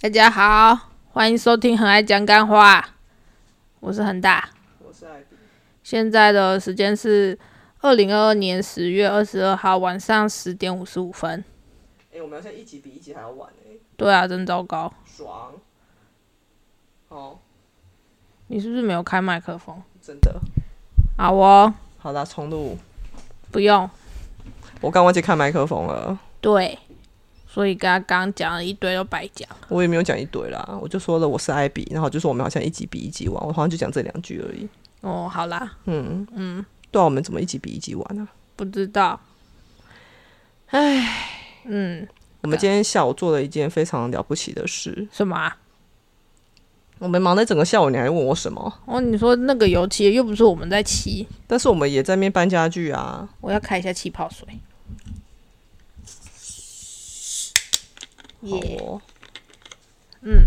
大家好，欢迎收听《很爱讲干话》，我是恒大。我是艾比，现在的时间是二零二二年十月二十二号晚上十点五十五分。哎、我们好像一集比一集还要晚哎、对啊，真糟糕！爽。哦，你是不是没有开麦克风？真的。好哦，好啦，重录。不用。我刚忘记开麦克风了，对，所以刚刚讲了一堆都白讲。我也没有讲一堆啦，我就说了我是艾比，然后就说我们好像一集比一集晚，我好像就讲这两句而已。哦，好啦，嗯嗯，对啊，我们怎么一集比一啊集晚呢、不知道。唉，嗯，我们今天下午做了一件非常了不起的事，什么、啊？我们忙了一整个下午，你还问我什么？哦，你说那个油漆又不是我们在漆，但是我们也在面搬家具啊，我要开一下气泡水。耶、好哦嗯，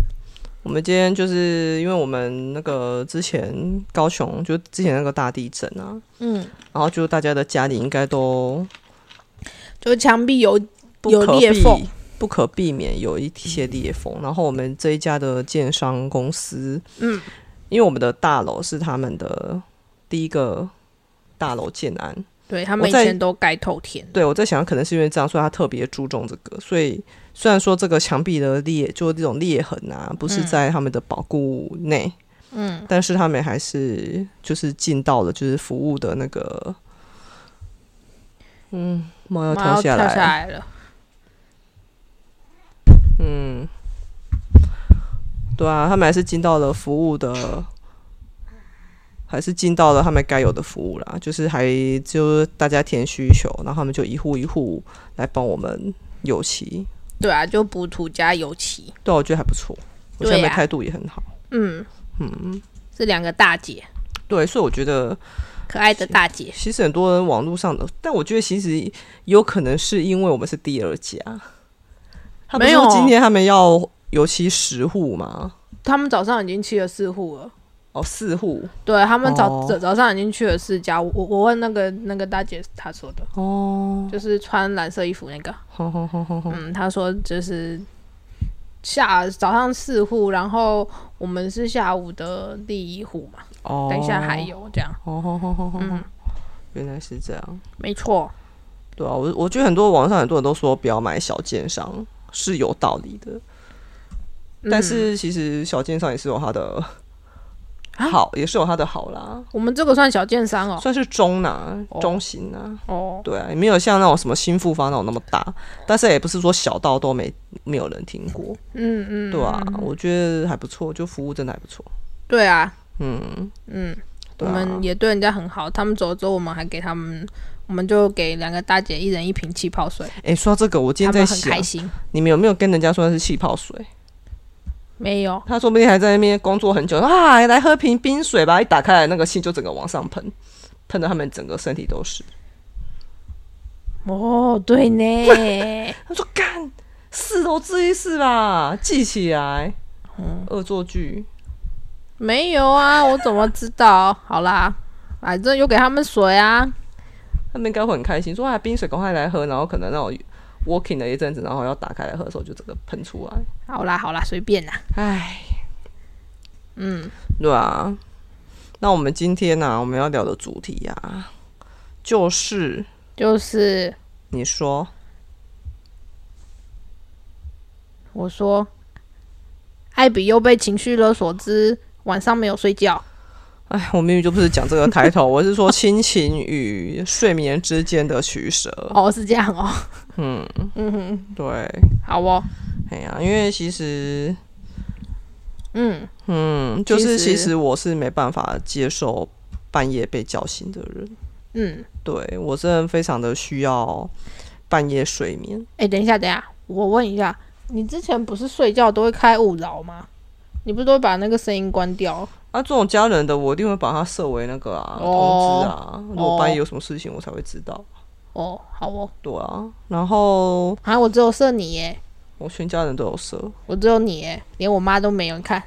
我们今天就是因为我们那个之前高雄就之前那个大地震啊，嗯，然后就大家的家里应该都就墙壁有不有可裂避缝，不可避免有一些裂缝。然后我们这一家的建商公司，嗯，因为我们的大楼是他们的第一个大楼建案，对他们我以在前都盖透天。对我在想，可能是因为这样，所以他特别注重这个。所以虽然说这个墙壁的裂，就是这种裂痕啊，不是在他们的保护内，嗯，但是他们还是就是尽到了就是服务的那个，嗯，猫要妈要跳下跳下来来了。了，嗯，对啊，他们还是尽到了服务的，还是尽到了他们该有的服务啦。就是还就是大家填需求，然后他们就一户一户来帮我们油漆。对啊，就补涂加油漆。对啊、我觉得还不错，我对觉得他们啊态度也很好。嗯，嗯，是两个大姐，对，所以我觉得可爱的大姐。其实很多人网络上的，但我觉得其实有可能是因为我们是第二家，他们没有说今天他们要油漆十户吗？他们早上已经去了四户了，哦，四户对他们早哦早、早上已经去了四家。我我我问那个那个大姐，她说的哦，就是穿蓝色衣服那个，好好好好好。嗯，她说就是下早上四户，然后我们是下午的第一户嘛，哦，等一下还。有这样，哦吼吼吼吼嗯，原来是这样。没错，对啊，我我觉得很多网上很多人都说不要买小奸商是有道理的，嗯但是其实小奸商也是有它的啊好，也是有它的好啦，我们这个算小建商哦，算是中啊哦，中型啊。哦，对啊，也没有像那种什么新复发那种那么大，但是也不是说小到都没没有人听过，嗯嗯，对啊，我觉得还不错，就服务真的还不错，对啊，嗯，嗯，我对啊们也对人家很好，他们走了之后，我们还给他们，我们就给两个大姐一人一瓶气泡水，哎、说到这个，我今他天在啊们很想开，心。你们有没有跟人家说那是气泡水？没有，他说不定还在那边工作很久啊，来喝瓶冰水吧！一打开来，那个气就整个往上喷，喷的他们整个身体都是。哦，对呢，他说：“干，四楼这一次吧，记起来。”恶作剧，没有啊，我怎么知道？好啦，反正有给他们水啊，他们应该会很开心，说：“啊，冰水赶快来喝！”然后可能那种 working 了一阵子，然后要打开来喝的时候，就整个喷出来。好啦，好啦，随便啦，唉，嗯，对啊。那我们今天呢、我们要聊的主题呀、就是就是你说我说，艾比又被情绪勒索之晚上没有睡 觉，哎，我明明就不是讲这个开头，我是说亲情与睡眠之间的取舍。哦，是这样哦，嗯，嗯哼，对，好哦，哎呀、因为其实，嗯，嗯，就是其实其实我是没办法接受半夜被叫醒的人，嗯。对我真的非常的需要半夜睡眠。哎、等一下，等一下，我问一下，你之前不是睡觉都会开勿扰吗？你不是都会把那个声音关掉？啊，这种家人的我一定会把它设为那个啊、哦通知啊，如果半夜有什么事情我才会知道。哦，好哦，对啊，然后啊，我只有设你耶，我全家人都有设，我只有你耶，连我妈都没有。你看，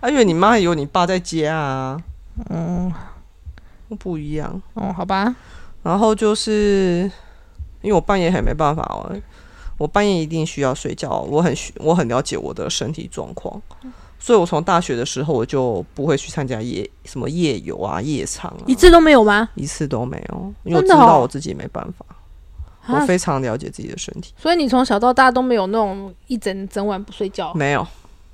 啊，因为你妈还有你爸在家啊，嗯，不一样。哦，好吧，然后就是因为我半夜还没办法玩，我半夜一定需要睡觉，我很需我很了解我的身体状况，所以我从大学的时候我就不会去参加夜什么夜游啊、夜场啊，一次都没有吗？一次都没有，因为我真的知哦道我自己没办法，啊我非常了解自己的身体，所以你从小到大都没有那种一整整晚不睡觉，没有，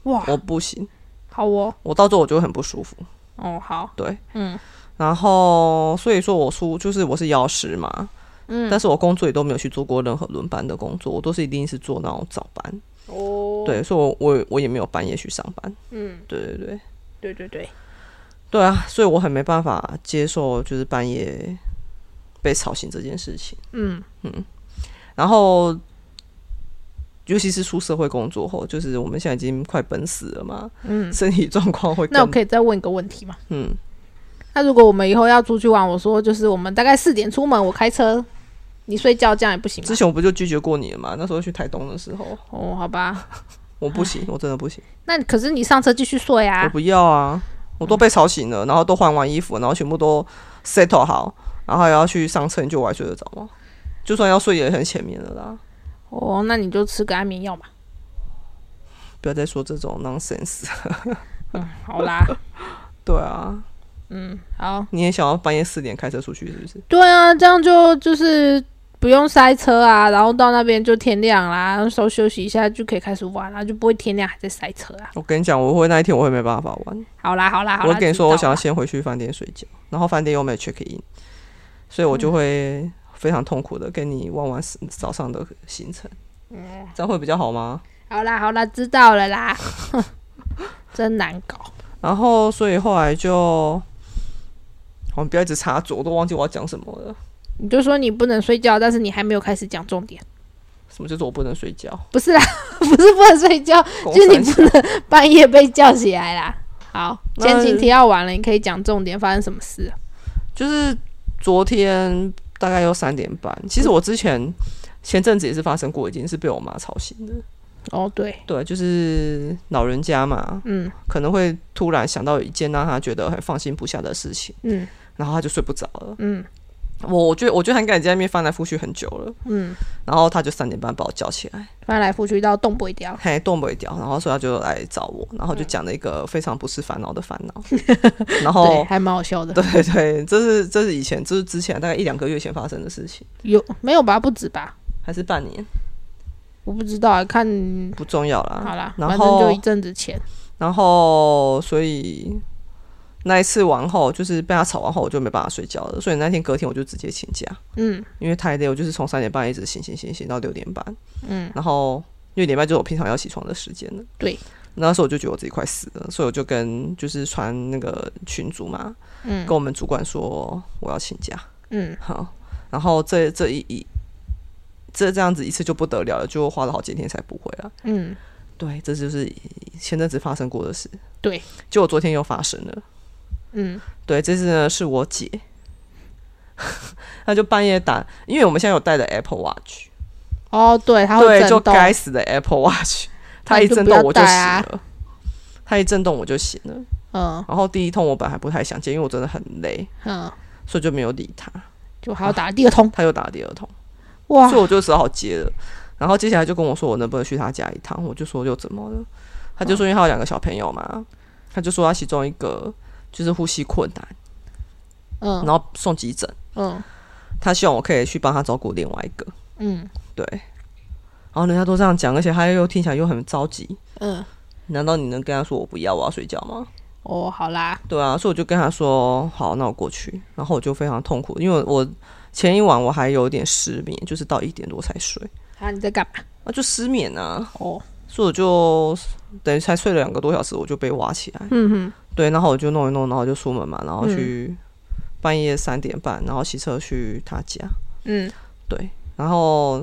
哇，我不行，好哦，我到最后我就会很不舒服，哦好，对，嗯然后所以说我出就是我是药师嘛，嗯，但是我工作也都没有去做过任何轮班的工作，我都是一定是做那种早班，哦，对，所以我我我也没有半夜去上班，嗯，对对对。对对对，对啊，所以我很没办法接受就是半夜被吵醒这件事情。嗯然后，尤其是出社会工作后，就是我们现在已经快奔死了嘛，嗯。身体状况会那我更可以再问一个问题吗？嗯，那如果我们以后要出去玩，我说就是我们大概四点出门，我开车，你睡觉，这样也不行吗之？前我不就拒绝过你了嘛？那时候去台东的时候，哦，好吧，我不行，我真的不行，那可是你上车继续睡我啊。不要啊！我都被吵醒了，然后都换完衣服，然后全部都 settle 好，然后还要去上车，你就我还睡得着吗？就算要睡也很浅眠了啦。哦，那你就吃个安眠药嘛。不要再说这种 nonsense。 嗯，好啦，对啊，嗯，好，你也想要半夜四点开车出去是不是？对啊，这样就就是不用塞车啊，然后到那边就天亮啦，然后稍休息一下就可以开始玩啦，就不会天亮还在塞车啊。我跟你讲，我会那一天我会没办法玩。好啦，好啦，好啦。我跟你说，知道我想要啦先回去饭店睡觉，然后饭店又没有 check in，所以我就会非常痛苦的跟你玩完早上的行程。嗯这样会比较好吗？好啦，好啦，知道了啦。 真难搞。然后，所以后来就，我们不要一直插嘴，我都忘记我要讲什么了。你就说你不能睡觉，但是你还没有开始讲重点。什么叫做我不能睡觉？不是啦， 不是不能睡觉，公就是你三小不能半夜被叫起来啦。好，那前情提要完了，你可以讲重点，发生什么事了？就是昨天大概又三点半。其实我之前前阵子也是发生过一件事，被我妈吵醒的。哦，对，对，就是老人家嘛，嗯可能会突然想到一件让他觉得很放心不下的事情，嗯然后他就睡不着了。嗯我我觉得我觉得他应该已经在那边翻来覆去很久了，嗯，然后他就三点半把我叫起来，翻来覆去到动不掉。还动不掉，然后所以他就来找我，然后就讲了一个非常不是烦恼的烦恼，对，然后。还蛮好笑的。哦对对，这是这是以前，这是之前大概一两个月前发生的事情，有没有吧？不止吧？还是半年，我不知道啊，看不重要啦。好啦，啊然反正后就一阵子前。然后所以那一次完后，就是被他吵完后，我就没办法睡觉了，所以那天隔天我就直接请假，嗯因为太累，我就是从三点半一直醒醒醒醒到六点半，嗯，然后六点半就是我平常要起床的时间了。对，那时候我就觉得我自己快死了，所以我就跟就是传那个群主嘛，嗯跟我们主管说我要请假，嗯，好，然后这这一一这这样子一次就不得了了，就花了好几天才补回来。嗯，对，这就是前阵子发生过的事。对，就我昨天又发生了。嗯，对，这次呢是我姐，她就半夜打，因为我们现在有带的 Apple Watch，哦，对，它会对，就震动。该死的 Apple Watch，它那一就震不动要我就戴醒啊了，它一震动我就醒了。嗯然后第一通我本来还不太想接，因为我真的很累，嗯，所以就没有理她。就还要打第二通。她又打第二通，哇所以，我就只好接了。然后接下来就跟我说我能不能去她家一趟，我就说又怎么了？她就说因为她有两个小朋友嘛，她就说她其中一个就是呼吸困难，嗯然后送急诊。嗯他希望我可以去帮他照顾另外一个，嗯对。然后人家都这样讲，而且他又听起来又很着急。嗯，难道你能跟他说我不要，我要睡觉吗？哦，好啦，对啊，所以我就跟他说好，那我过去。然后我就非常痛苦，因为我前一晚我还有点失眠，就是到一点多才睡，啊，你在干嘛？啊就失眠啊，哦，所以我就等于才睡了两个多小时，我就被挖起来。嗯哼，对，然后我就弄一弄，然后就出门嘛，然后去半夜三点半，然后骑车去他家。嗯对，然后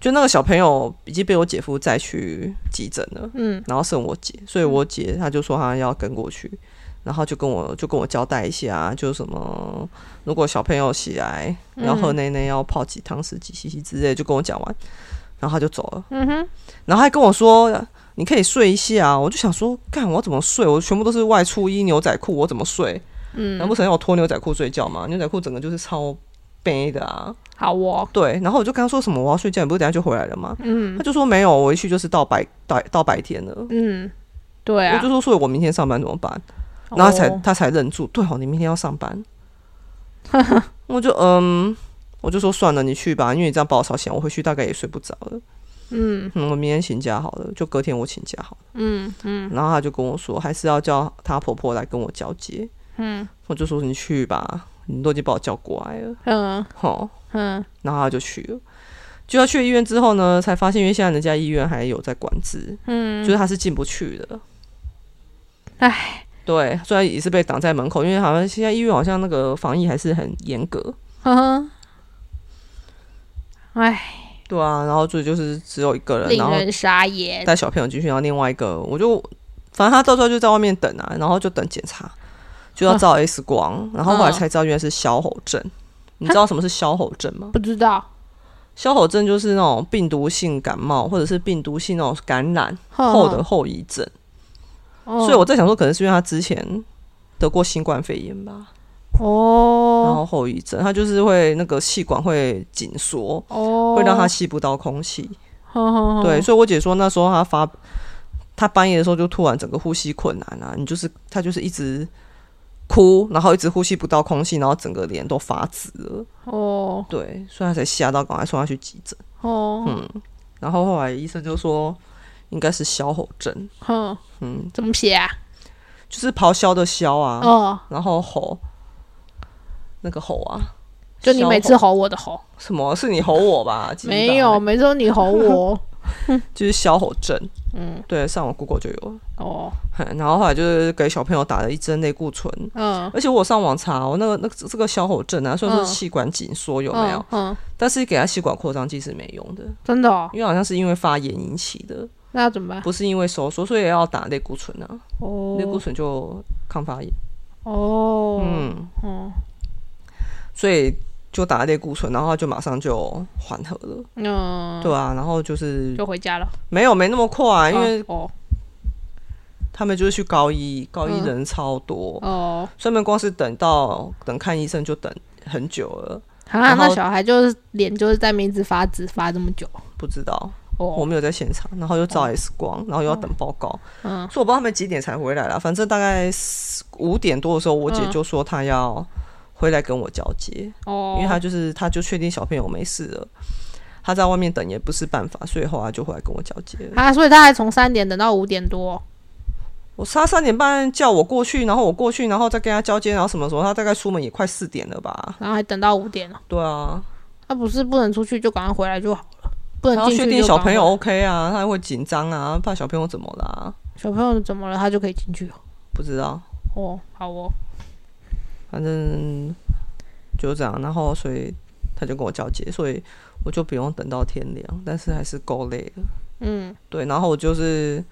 就那个小朋友已经被我姐夫载去急诊了，嗯然后剩我姐，所以我姐她就说她要跟过去，然后就跟我就跟我交代一下，啊就是什么如果小朋友起来嗯要喝奶奶，要泡几汤匙几 cc 之类，就跟我讲完，然后他就走了，嗯哼，然后还跟我说。你可以睡一下，啊我就想说，干我要怎么睡？我全部都是外出衣、牛仔裤，我怎么睡？嗯难不成要我脱牛仔裤睡觉吗？牛仔裤整个就是超背的啊！好哦，对，然后我就跟他说什么我要睡觉，你不是等一下就回来了吗？嗯他就说没有，我一去就是到白到到白天了。嗯，对啊，我就说，所以我明天上班怎么办？然后他才、哦他才忍住，对哦，你明天要 上班。我就嗯，我就说算了，你去吧，因为你这样把我吵醒，我回去大概也睡不着了。嗯嗯，我明天请假好了，就隔天我请假好了。嗯嗯然后他就跟我说，还是要叫她婆婆来跟我交接。嗯我就说你去吧，你都已经把我叫过来了，嗯吼。嗯，然后他就去了。就要去医院之后呢，才发现因为现在人家医院还有在管制，嗯就是他是进不去的。唉，对，虽然也是被挡在门口，因为好像现在医院好像那个防疫还是很严格。呵呵，嗯唉，对啊，然后所以就是只有一个人，令然后人傻眼。带小朋友进去，然后另外一个我就反正他到时候就在外面等啊，然后就等检查，就要照 X 光，然后后来嗯才知道原来是消吼症。你知道什么是消吼症吗？不知道，消吼症就是那种病毒性感冒或者是病毒性那种感染呵后的，后遗症。所所以我在想说，可能是因为他之前得过新冠肺炎吧，然哦后后遗症，他就是会那个气管会紧缩，哦，会让他吸不到空气。呵呵呵对，所以我姐说那时候她发，她半夜的时候就突然整个呼吸困难啊，你就是她就是一直哭，然后一直呼吸不到空气，然后整个脸都发紫了。哦对，所以她才吓到，赶快送她去急诊。哦，嗯，然后后来医生就说应该是消吼症，哼，嗯，怎么写啊？就是咆哮的哮啊，哦，然后吼那个吼啊，就你消每吼次吼我的吼，什么是你吼啊我吧？鸡巴没有，，每次都你吼我。 就是消吼症。嗯，对，上网 Google 就有了。哦，嘿然后后来就是给小朋友打了一针类固醇，嗯，而且我上网查、哦，那个那个这个消吼症啊，虽然说嗯气管紧缩有没有，嗯？嗯，但是给他气管扩张剂是没用的，真的哦，因为好像是因为发炎引起的，那要怎么办？不是因为收缩，所以要打类固醇啊，类固哦，醇就抗发炎，哦，嗯，哦，所以就打类固醇，然后他就马上就缓和了，嗯，对啊，然后就是就回家了，没有没那么快，啊因为哦他们就是去高一，高一嗯人超多，哦，所以他们光是等到等看医生就等很久了，啊，然后那小孩就是脸就是在面一直发紫发这么久，不知道。我哦，没有在现场，然后又照 X 光，然后又要等报告，嗯所以我不知道他们几点才回来啦。反正大概五点多的时候，我姐嗯就说她要回来跟我交接，哦，因为她就是她就确定小朋友没事了，她在外面等也不是办法，所以后来就回来跟我交接了。啊，所以他还从三点等到五点多，我她三点半叫我过去，然后我过去，然后再跟她交接，然后什么时候她大概出门也快四点了吧？然后还等到五点了，对啊，他不是不能出去就赶快回来就好了，不然能嗯后进去确就定小赶快朋友回来 OK 啊，她会紧张啊，怕小朋友怎么啦？小朋友怎么了，他就可以进去哦，不知道。哦，好哦，反正就这样，然后所以他就跟我交接，所以我就不用等到天亮，但是还是够累了。嗯，对，然后我就是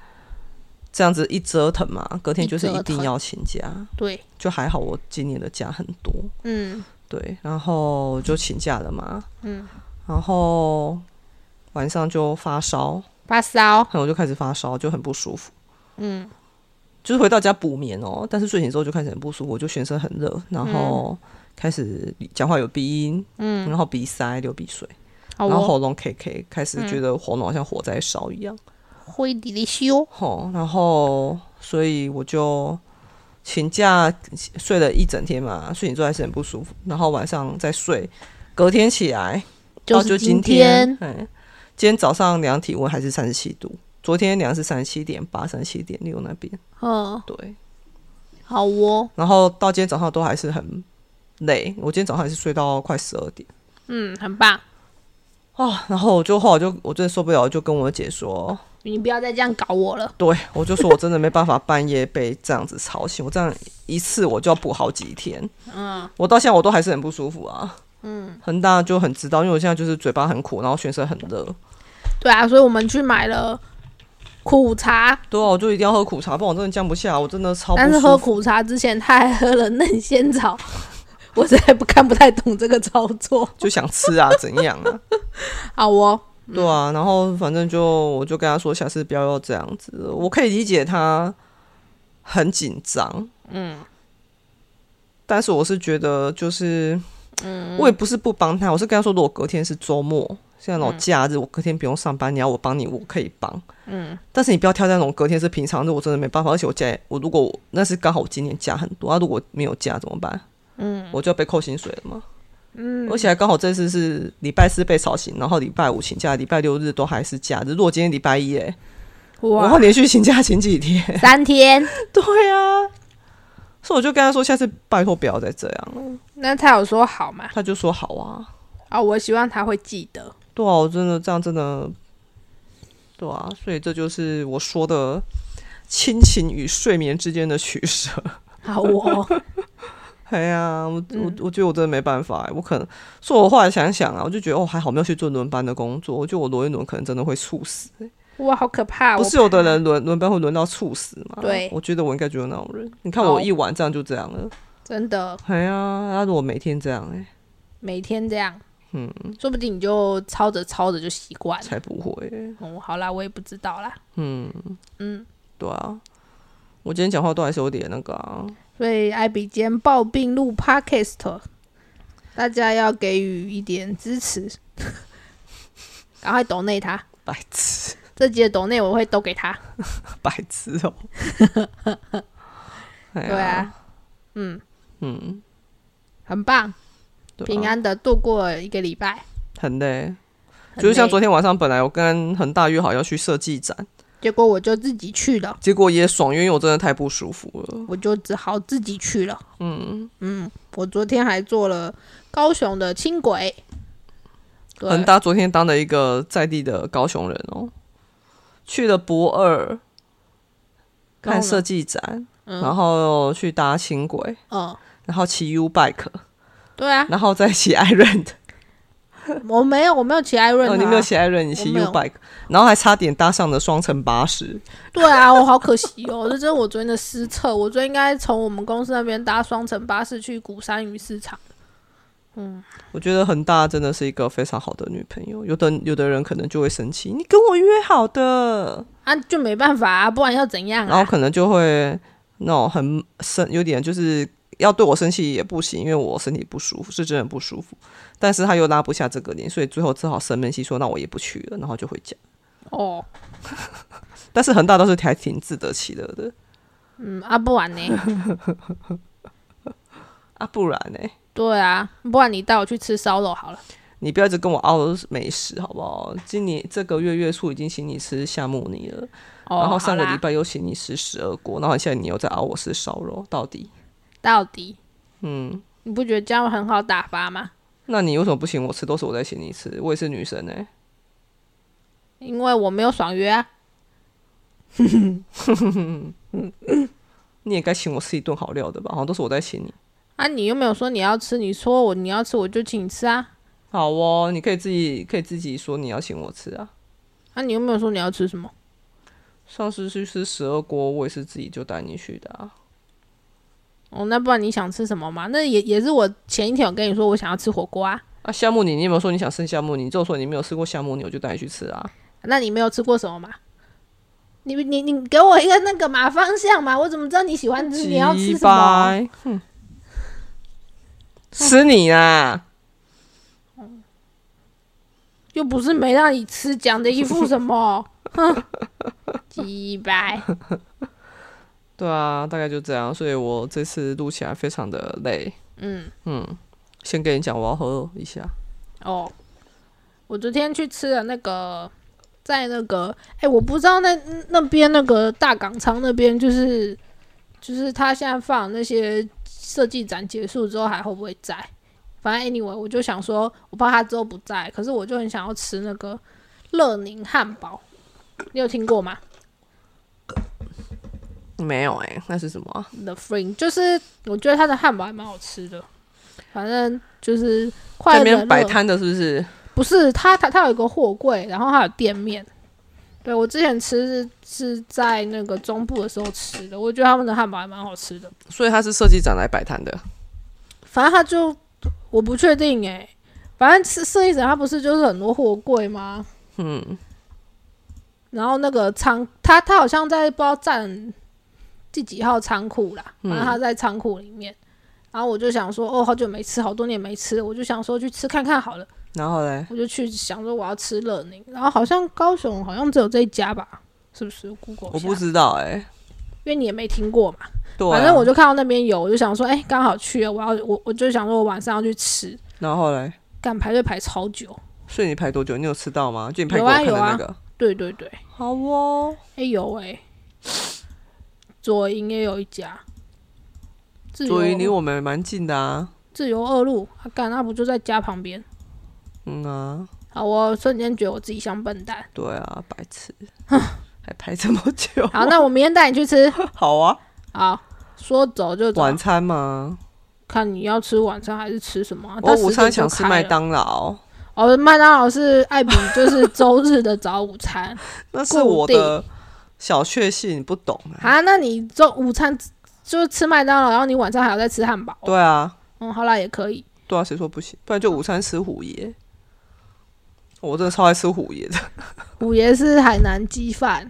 这样子一折腾嘛，隔天就是一折一腾定要请假，对，就还好我今年的假很多，嗯对，然后就请假了嘛，嗯，然后晚上就发烧，发烧，然后我就开始发烧，就很不舒服。嗯就是回到家补眠哦，但是睡醒之后就开始很不舒服，我就全身很热，然后开始讲话有鼻音，嗯，然后鼻塞、流鼻水，好然后哦，喉咙 K K，开始觉得喉咙好像火在烧一样，会滴滴修，吼、然后所以我就请假睡了一整天嘛，睡醒之后还是很不舒服，然后晚上再睡，隔天起来到是就今天，嗯，今天早上量体温还是三十七度，昨天量是三十七点八、三十七点六那边，嗯，对，好哦，然后到今天早上都还是很累，我今天早上还是睡到快十二点。嗯，很棒，哦，然后我就后来就我真的受不了，我就跟我姐说，你不要再这样搞我了，对，我就说我真的没办法半夜被这样子吵醒，我这样一次我就要补好几天。嗯，我到现在我都还是很不舒服啊。嗯，恒大就很知道，因为我现在就是嘴巴很苦，然后全身很热。对啊，所以我们去买了苦茶，对啊，我就一定要喝苦茶，不然我真的降不下，我真的超不但是舒服。喝苦茶之前，他还喝了嫩仙草， 我实在不看不太懂这个操作。就想吃啊，怎样啊？好哦，对啊，然后反正就我就跟他说，下次不要要这样子了。我可以理解他很紧张，嗯，但是我是觉得就是我也不是不帮他，我是跟他说，如果隔天是周末，像那种假日，我隔天不用上班，你要我帮你，我可以帮。嗯，但是你不要挑那种隔天是平常日，我真的没办法。而且我假也，我如果我那是刚好我今年假很多，啊，如果没有假怎么办？嗯，我就要被扣薪水了嘛。嗯，而且还刚好这次是礼拜四被吵醒，然后礼拜五请假，礼拜六日都还是假日。如果今天礼拜一、欸，哎，我要哇，连续请假请几天？三天， 对啊，所以我就跟他说，下次拜托不要再这样了。那他有说好吗？他就说好啊。啊、我希望他会记得。对啊，我真的这样真的，对啊，所以这就是我说的亲情与睡眠之间的取舍。 好哦，哎呀，我我我觉得我真的没办法、欸，我可能，所以我后来想想啊，我就觉得哦，还好没有去做轮班的工作，我觉得我轮一轮可能真的会猝死、欸哇，好可怕！哦 不啊我是有的人轮轮班会轮到猝死嘛？对我觉得我应该就是那种人。你看我好一晚这样就这样了，真的哎呀，那如果每天这样、欸，每天这样，嗯，说不定你就抄着抄着就习惯了。才不会、欸哦、好啦，我也不知道啦。嗯，嗯，对啊，我今天讲话都还是有点那个啊，所以艾比今天抱病录 Podcast，大家要给予一点支持， 赶快抖内他。白痴。这集的抖内我会都给他。白痴哦、哎呀对啊，嗯，嗯，很棒，对啊平安的度过了一个礼拜。很累，很啊就是像累昨天晚上，本来我跟恒大约好要去设计展，结果我就自己去了，结果也爽约，因为我真的太不舒服了。我就只好自己去了。嗯，嗯，我昨天还坐了高雄的轻轨，对恒大昨天当了一个在地的高雄人哦、去了博二然后看呢设计展，嗯然后去搭轻轨，嗯，然后骑 U bike，对啊，然后再骑 i r o n 我没有，我没有骑艾润、啊哦，你没有骑 i r o n 你骑我没 U 有 bike，然后还差点搭上了双层巴士。对啊，我好可惜哦，这真是我昨天的失策。我昨天应该从我们公司那边搭双层巴士去鼓山鱼市场。我觉得恒大真的是一个非常好的女朋友。有的有的人可能就会生气，你跟我约好的，啊，就没办法啊，不然要怎样然后啊？可能就会那种很生，有点就是要对我生气也不行，因为我身体不舒服，是真的不舒服。但是他又拉不下这个脸，所以最后只好生闷气说：“那我也不去了。”然后就回家。哦，但是恒大倒是还挺自得其乐的嗯，啊，不然呢？啊，不然呢、对啊，不然你带我去吃烧肉好了。你不要一直跟我熬美食好不好？今年这个月月初已经请你吃夏目尼了，哦，然后上个好啦礼拜又请你吃十二锅，然后现在你又在熬我吃烧肉，到底？到底，嗯，你不觉得这样很好打发吗？那你为什么不请我吃？都是我在请你吃，我也是女生呢、因为我没有爽约啊。你也该请我吃一顿好料的吧？好像都是我在请你。啊，你又没有说你要吃，你说我你要吃我就请你吃啊。好哦，你可以自己可以自己说你要请我吃啊。啊，你又没有说你要吃什么？上次去吃十二锅，我也是自己就带你去的啊。哦，那不然你想吃什么嘛？那也也是我前一天有跟你说我想要吃火锅啊。啊，夏目你你有没有说你想吃夏目你只有说你没有吃过夏目你我就带你去吃啊。那你没有吃过什么吗？你你你给我一个那个嘛方向嘛，我怎么知道你喜欢吃？你要吃什么？嗯鸡掰？哼，吃你啊！又不是没让你吃，讲的一副什么？ 哼，鸡掰！对啊，大概就这样。所以我这次录起来非常的累。嗯，嗯，先跟你讲，我要喝一下。哦，我昨天去吃了那个，在那个，哎、我不知道那那边那个大港仓那边，就是就是他现在放那些设计展结束之后还会不会在？反正 anyway，我就想说，我怕他之后不在，可是我就很想要吃那个乐宁汉堡，你有听过吗没有哎、那是什么啊、 ？The Fring，就是我觉得他的汉堡还蛮好吃的，反正就是快那乐边摆乐摊的是不是？不是，它它它有一个货柜，然后它有店面。对我之前吃是是在那个中部的时候吃的，我觉得他们的汉堡还蛮好吃的。所以他是设计展来摆摊的。反正他就我不确定诶、反正吃设计展它不是就是很多货柜吗？嗯，然后那个仓，他他好像在不知道站第几号仓库啦，反正他在仓库里面。然后我就想说，哦，好久没吃，好多年没吃，我就想说去吃看看好了。然后嘞，我就去想说我要吃热宁，然后好像高雄好像只有这一家吧，是不是？Google 我一下不知道哎、因为你也没听过嘛。对啊、反正我就看到那边有，我就想说，哎、刚好去了，我要我我就想说我晚上要去吃，然后嘞，干排队排超久。所以你排多久？你有吃到吗？就你排给有我啊看的有啊那个。对对对，好哦，哎、有哎、左营也有一家，自由左营离我们蛮近的啊。自由二路，啊干、那不就在家旁边？嗯啊，啊，我瞬间觉得我自己像笨蛋。对啊，白 痴，还排这么久？ 好，那我明天带你去吃。好啊，好，说走就走，晚餐嘛，看你要吃晚餐还是吃什么啊、哦我到午10餐点想就吃开麦了。当劳，哦，麦当劳是艾 比，就是周日的早午餐。那是我的小确幸，你不懂啊。啊，那你中午餐就吃麦当劳，然后你晚上还要再吃汉堡。对啊，嗯，好啦，也可以。对啊，谁说不行？不然就午餐吃虎爷。我真的超爱吃虎爷的，五爷是海南鸡饭，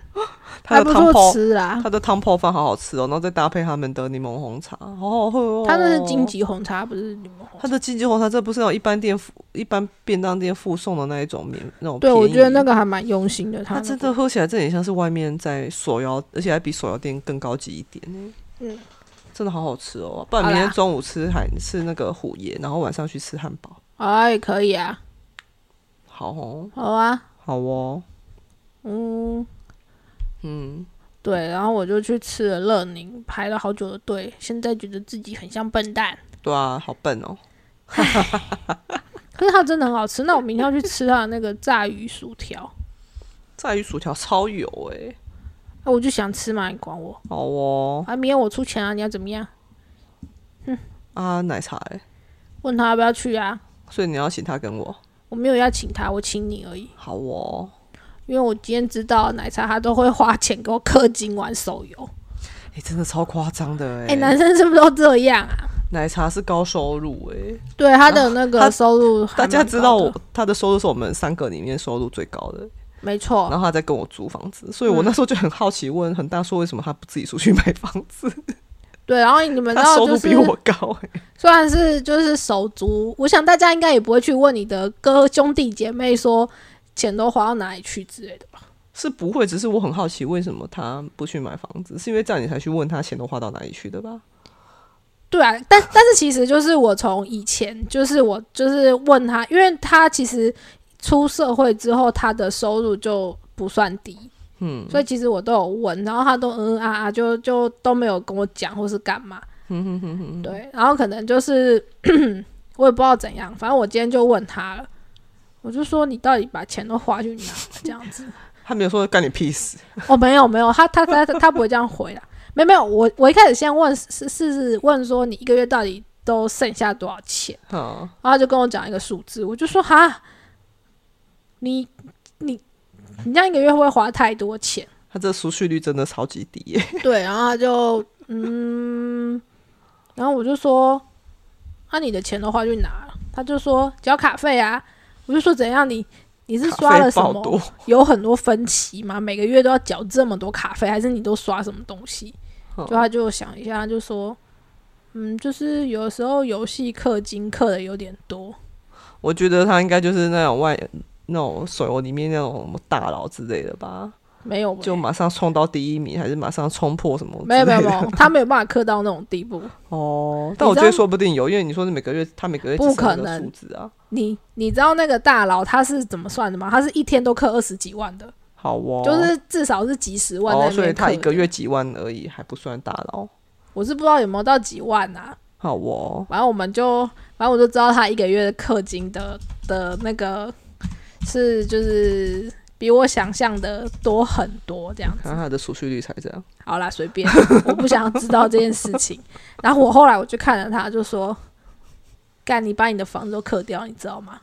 他还的不汤错泡，吃啊啦。他的汤泡饭好好吃哦，然后再搭配他们的柠檬红茶，好好喝哦。他那是荆棘红茶，不是柠檬红茶。它的金桔红茶，这不是那种一般店附、一般便当店附送的那一种免那种对，我便宜觉得那个还蛮用心的。他它那真个的喝起来，真的很像是外面在手摇，而且还比手摇店更高级一点呢。嗯，真的好好吃哦！不然好啦明天中午吃海吃那个虎爷，然后晚上去吃汉堡。好啊，也可以啊，好哦，好啊，好哦，嗯，嗯，对。然后我就去吃了乐宁，排了好久的队，现在觉得自己很像笨蛋。对啊，好笨哦。可是它真的很好吃，那我明天要去吃它的那个炸鱼薯条，炸鱼薯条超油哎、啊我就想吃嘛，你管我？好哦，啊，明天我出钱啊，你要怎么样？啊，奶茶哎、问他要不要去啊？所以你要请他跟我。我没有要请他，我请你而已。好哦，因为我今天知道奶茶他都会花钱给我氪金玩手游。哎、真的超夸张的哎、哎、男生是不是都这样啊？奶茶是高收入哎、对他的那他个收入还 大蛮高的，家知道我他的收入是我们三个里面收入最高的，没错，然后他在跟我租房子，所以我那时候就很好奇问恒大说为什么他不自己出去买房子， 对。然后你们知他道收就入是比我高、欸，虽然是就是手足，我想大家应该也不会去问你的哥兄弟姐妹说钱都花到哪里去之类的吧？是不会，只是我很好奇为什么他不去买房子，是因为这样你才去问他钱都花到哪里去的吧？对啊，但但是其实就是我从以前就是我就是问他，因为他其实出社会之后他的收入就不算低，嗯，所以其实我都有问，然后他都嗯嗯啊啊，就就都没有跟我讲或是干嘛。对，然后可能就是我也不知道怎样，反正我今天就问他了，我就说你到底把钱都花去哪了这样子？他没有说干你屁事， 哦，没有没有，他他他他不会这样回啦。没有没有，我我一开始先问是是是问说你一个月到底都剩下多少钱，嗯，然后他就跟我讲一个数字，我就说哈，你你你这样一个月会不会花太多钱？ 他这储蓄率真的超级低、欸，对，然后他就嗯，然后我就说，那、你的钱的话去哪了？他就说交卡费啊。我就说怎样你你是 刷卡 了费什爆么？多，有很多分期吗？每个月都要缴这么多卡费，还是你都刷什么东西？嗯就他就想一下，他就说，嗯，就是有时候游戏氪金氪的有点多。我觉得他应该就是那种外那种手游里面那种什么大佬之类的吧，没有吧，就马上冲到第一名，还是马上冲破什么之类的？没有没有没有，他没有办法氪到那种地步。哦，但我你知觉道得说不定有，因为你说是每个月他每个月只不剩可那个能数字啊。你你知道那个大佬他是怎么算的吗？他是一天都氪二十几万的。好哦，就是至少是几十万在哦，那所以边他刻一个的月几万而已，还不算大佬。我是不知道有没有到几万啊。好哦，反正我们就，反正我就知道他一个月的氪金的的那个是就是比我想象的多很多这样子看。他的储蓄率才这样。好啦，随便，我不想知道这件事 情。然后我后来我就看了他，就说：“干，你把你的房子都氪掉，你知道吗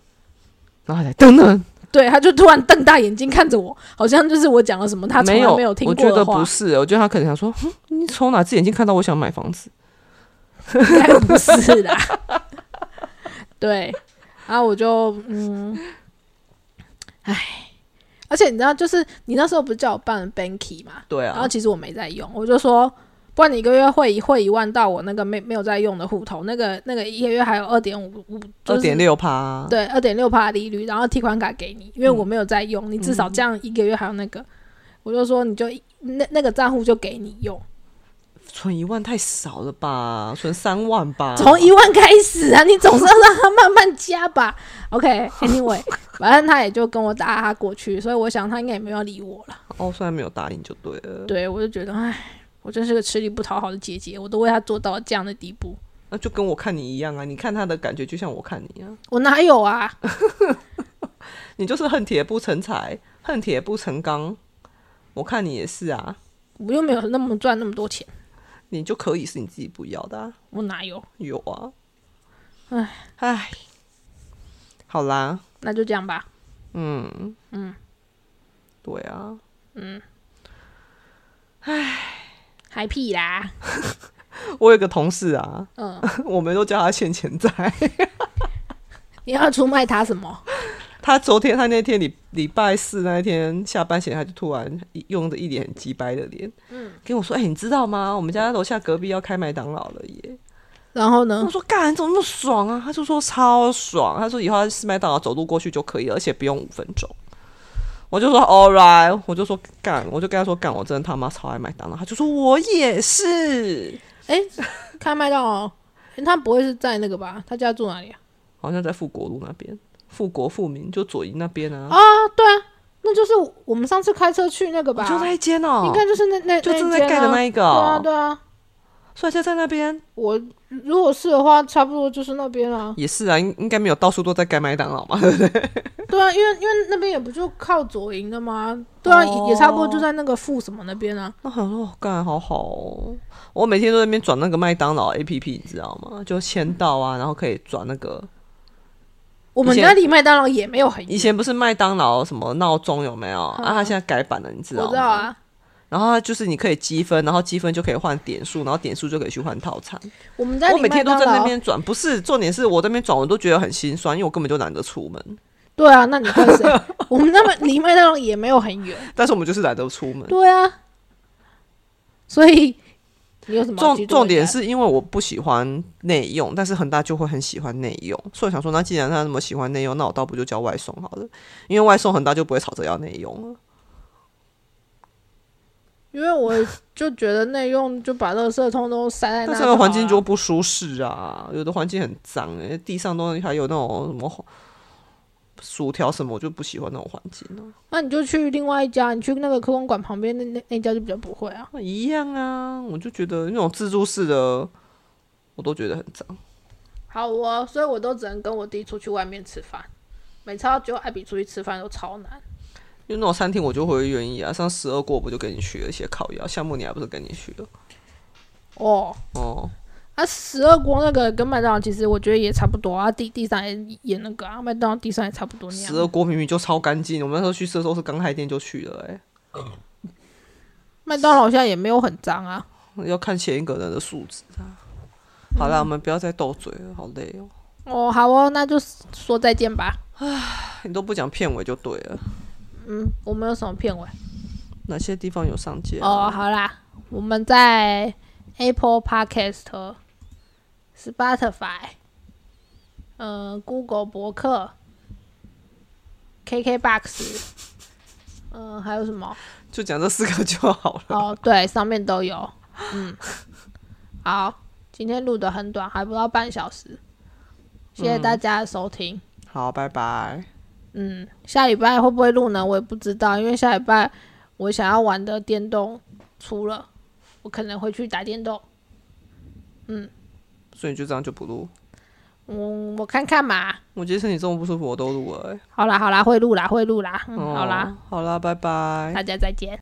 然后他才噔噔，？”对，他就突然瞪大眼睛看着我，好像就是我讲了什么他从没来有没有听我过觉得的不话。是，我觉得他可能想说，哼你从哪只眼睛看到我想买房子？应该不是啦。 对，然后我就嗯，唉，而且你知道，就是你那时候不是叫我办 Banky 嘛，对然后啊，其实我没在用，我就说不然你一个月汇一汇一万到我那个没没有在用的户头，那个那个一个月还有二点五五，二点六六趴，对二点六趴利率，然后提款卡给你，因为嗯我没有在用，你至少这样一个月还有那个，我就说你就那那个账户就给你用，存一万太少了吧？存三万吧？从一万开始啊，你总是要让他慢慢加 吧。OK，Anyway，、反正他也就跟我打他过去，所以我想他应该也没有要理我了。哦，虽然没有答应就对了，对我就觉得，唉，我真是个吃力不讨好的姐姐，我都为他做到了这样的地步，那就跟我看你一样啊！你看他的感觉就像我看你啊，我哪有啊？你就是恨铁不成材，恨铁不成钢。我看你也是啊，我又没有那么赚那么多钱，你就可以是你自己不要的、啊。我哪有？有啊，唉唉，好啦，那就这样吧。嗯嗯，对啊，嗨屁啦，我有个同事啊， 嗯，我们都叫他欠钱仔。你要出卖他什么？他昨天，他那天礼礼拜四那一天下班前，他就突然一用着一脸很鸡掰的脸，嗯，跟我说：“哎、你知道吗？我们家楼下隔壁要开麦当劳了耶！”然后呢我？说：“干，怎么那么爽啊？”他就说：“超爽。”他说：“以后他吃麦当劳走路过去就可以了，而且不用五分钟。”我就说：“All right。”我就说：“干！”我就跟他说：“干！我真的他妈超爱麦当劳。”他就说：“我也是。哎、开麦当劳，诶他不会是在那个吧？他家住哪里啊？”好像在富国路那边，富国富民就左营那边啊，哦那就是我们上次开车去那个吧？哦就那一间哦、应该就是那那就正那在一盖间的啊那一对个、啊，哦，对啊，所以就在那边。我如果是的话，差不多就是那边 啊。也是啊，应应该没有到处都在盖麦当 劳嘛，对不对？对啊，因为因为那边也不就靠左营的吗？对啊，哦也也差不多就在那个富什么那边啊。我想说，哦干好好哦！我每天都在那边转那个麦当劳 APP，你知道吗？就签到啊，然后可以转那个。我们以前家离麦当劳也没有很以远，前不是麦当劳什么闹钟有没有啊？它现在改版了，你知嗯道我吗？知道啊。然后它就是你可以积分，然后积分就可以换点数，然后点数就可以去换套餐。我们家我离每麦天都当在那劳，边转，不是重点是我在那边转，我都觉得很心酸，因为我根本就懒得出门。对啊，那你怪谁？ 我们那边离麦当劳也没有很远，但是我们就是懒得出门。对啊。所以你有什么好重嫉妒重人家点是因为我不喜欢内用，但是恒大就会很喜欢内用，所以我想说，那既然他那么喜欢内用，那我倒不就叫外送好了，因为外送恒大就不会吵着要内用了。因为我就觉得内用就把垃圾通都塞在那，啊但是那个环境就不舒适啊，有的环境很脏、欸，地上都还有那种什么薯条什么，我就不喜欢那种环境啊。那你就去另外一家，你去那个科公馆旁边那那那家就比较不会啊。那一样啊，我就觉得那种自助式的，我都觉得很脏。好哦，所以我都只能跟我弟出去外面吃饭。每次要揪艾比出去吃饭都超难。因为那种餐厅我就会愿意啊，像十二锅我不就跟你去了，一些烤鸭，项目你还不是跟你去了哦，哦。啊，十二锅那个跟麦当劳其实我觉得也差不多啊，地地上也也那个啊，麦当劳地上也差不多那十二样。锅明明就超干净，我们那时候去吃的时候是刚开店就去了、欸，麦当劳好像也没有很脏啊。要看前一个人的素质啊。好嗯啦，我们不要再斗嘴了，好累哦。哦，好哦，那就说再见吧。你都不讲片尾就对了，嗯，我们有什么片尾？哪些地方有上街、哦，好啦，我们在 Apple Podcast、Spotify、呃 Google 博客、KKBox，嗯、还有什么？就讲这四个就好了。 哦，对，上面都有。嗯，好，今天录的很短，还不到半小时，谢谢大家的收听。好，拜拜。嗯，下礼拜会不会录呢？我也不知道，因为下礼拜我想要玩的电动出了，我可能会去打电动。所以就这样就不录。嗯，我看看嘛。我觉得身体这么不舒服，我都录了、欸。好啦，好啦，会录啦，会录啦。嗯，哦哎好啦，，好啦，拜拜。大家再见。